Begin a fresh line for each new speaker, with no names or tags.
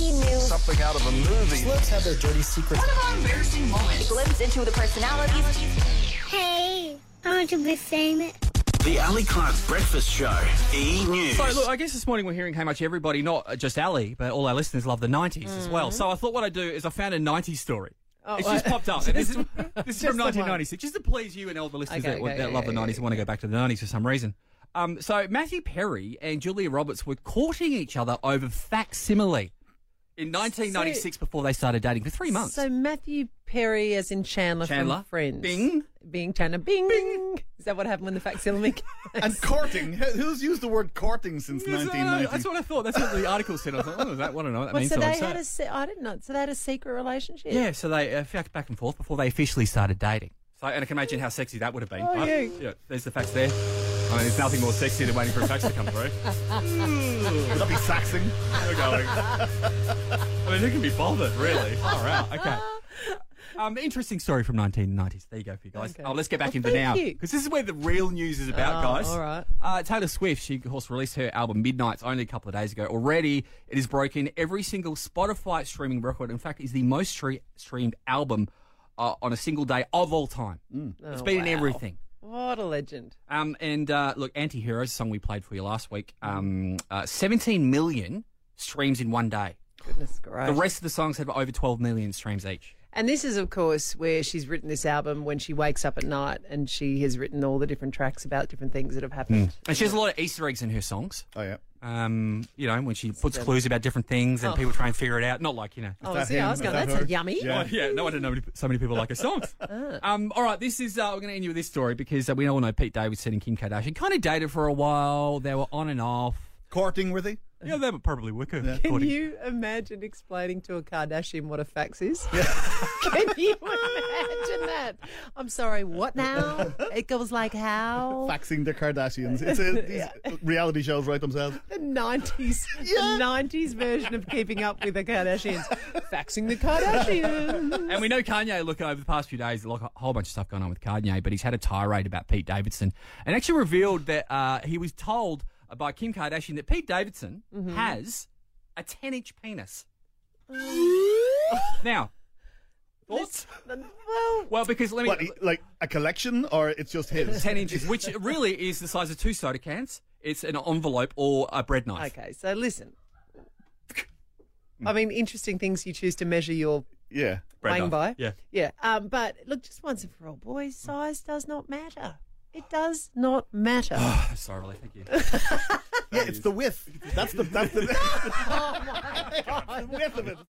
something out of a movie.
Celebs have their dirty secrets.
One of our embarrassing moments. Glimpse into the personalities.
Hey, I want to be famous.
The Ali Clark Breakfast Show. E News.
So, look, I guess this morning we're hearing how much everybody, not just Ali, but all our listeners love the 90s as well. So I thought what I'd do is I found a 90s story. it's Oh, just popped up. And this is, this is from
the one.
1996. Just to please you and all the listeners
Okay,
that,
okay,
that
okay,
love the
okay,
90s and want to go back to the 90s for some reason. Um, so Matthew Perry and Julia Roberts were courting each other over facsimile in 1996 before they started dating for three months.
So Matthew Perry, as in Chandler,
Chandler.
from Friends.
Bing.
Bing. Chandler. Bing. Bing. Is that what happened when the facsimile? came?
And courting. Who's used the word courting since
That's what I- that's
1990?
what I thought. That's what the article said. I thought, oh, that, I don't know what that
Well,
means.
so
I
they
said
had
it.
a. Se- I didn't know. So they had a secret relationship.
Yeah, so they uh, fucked back and forth before they officially started dating. So, and I can imagine how sexy that would have been.
Oh,
But,
yeah.
there's the facts there. I mean, there's nothing more sexy than waiting for a fax to come through.
Would that be saxing?
We're going. I mean, who can be bothered, really? Far out. Okay. Um, interesting story from 1990s. There you go for you guys.
Okay.
Oh, let's get back
Well,
into
thank
now
you.
because this is where the real news is about,
Oh,
guys.
all right.
Uh, Taylor Swift, she of course released her album Midnight's only a couple of days ago. Already, it has broken every single Spotify streaming record. In fact, is the most stre- streamed album uh, on a single day of all time.
Mm.
it's
Oh,
been in
wow.
everything.
What a legend.
Um, and uh, look, Anti Heroes, song we played for you last week, um, uh, 17 million streams in one day.
Goodness gracious.
The rest of the songs have over 12 million streams each.
And this is, of course, where she's written this album when she wakes up at night and she has written all the different tracks about different things that have happened.
And she has a lot of Easter eggs in her songs.
Oh, yeah.
Um, you know, when she puts clues about different things and people try and figure it out. Not like, you know.
Oh,
that
see, I
him?
was
Is
going,
that
that's a
her?
yummy.
Yeah.
Oh, yeah, no wonder nobody, so many people like her songs. um, all right, this is, uh, we're going to end you with this story because uh, we all know Pete Davidson and Kim Kardashian kind of dated for a while. They were on and off.
Courting, were they?
Yeah, they were probably wicked.
Can you imagine explaining to a Kardashian what a fax is? Can you imagine that? I'm sorry, what now? It goes like how?
Faxing the Kardashians. It's a, these reality shows write themselves.
The 90s, the 90s version of keeping up with the Kardashians. Faxing the Kardashians.
And we know Kanye, look, over the past few days, like a whole bunch of stuff going on with Kanye, but he's had a tirade about Pete Davidson and actually revealed that uh, he was told by Kim Kardashian that Pete Davidson has a 10 inch penis. now, thoughts?
well,
Well, because let me.
What, he- like a collection or it's just his?
10 inches, which really is the size of two soda cans. It's an envelope or a bread knife.
okay, so listen. I mean, interesting things you choose to measure your
Yeah.
Bread
playing by.
knife, Yeah.
Yeah. Um, but look, just once and for all, boys, size does not matter. It does not matter.
Sorry, really, thank you.
Yeah, it's the width. That's the, that's the,
oh my
the width of it.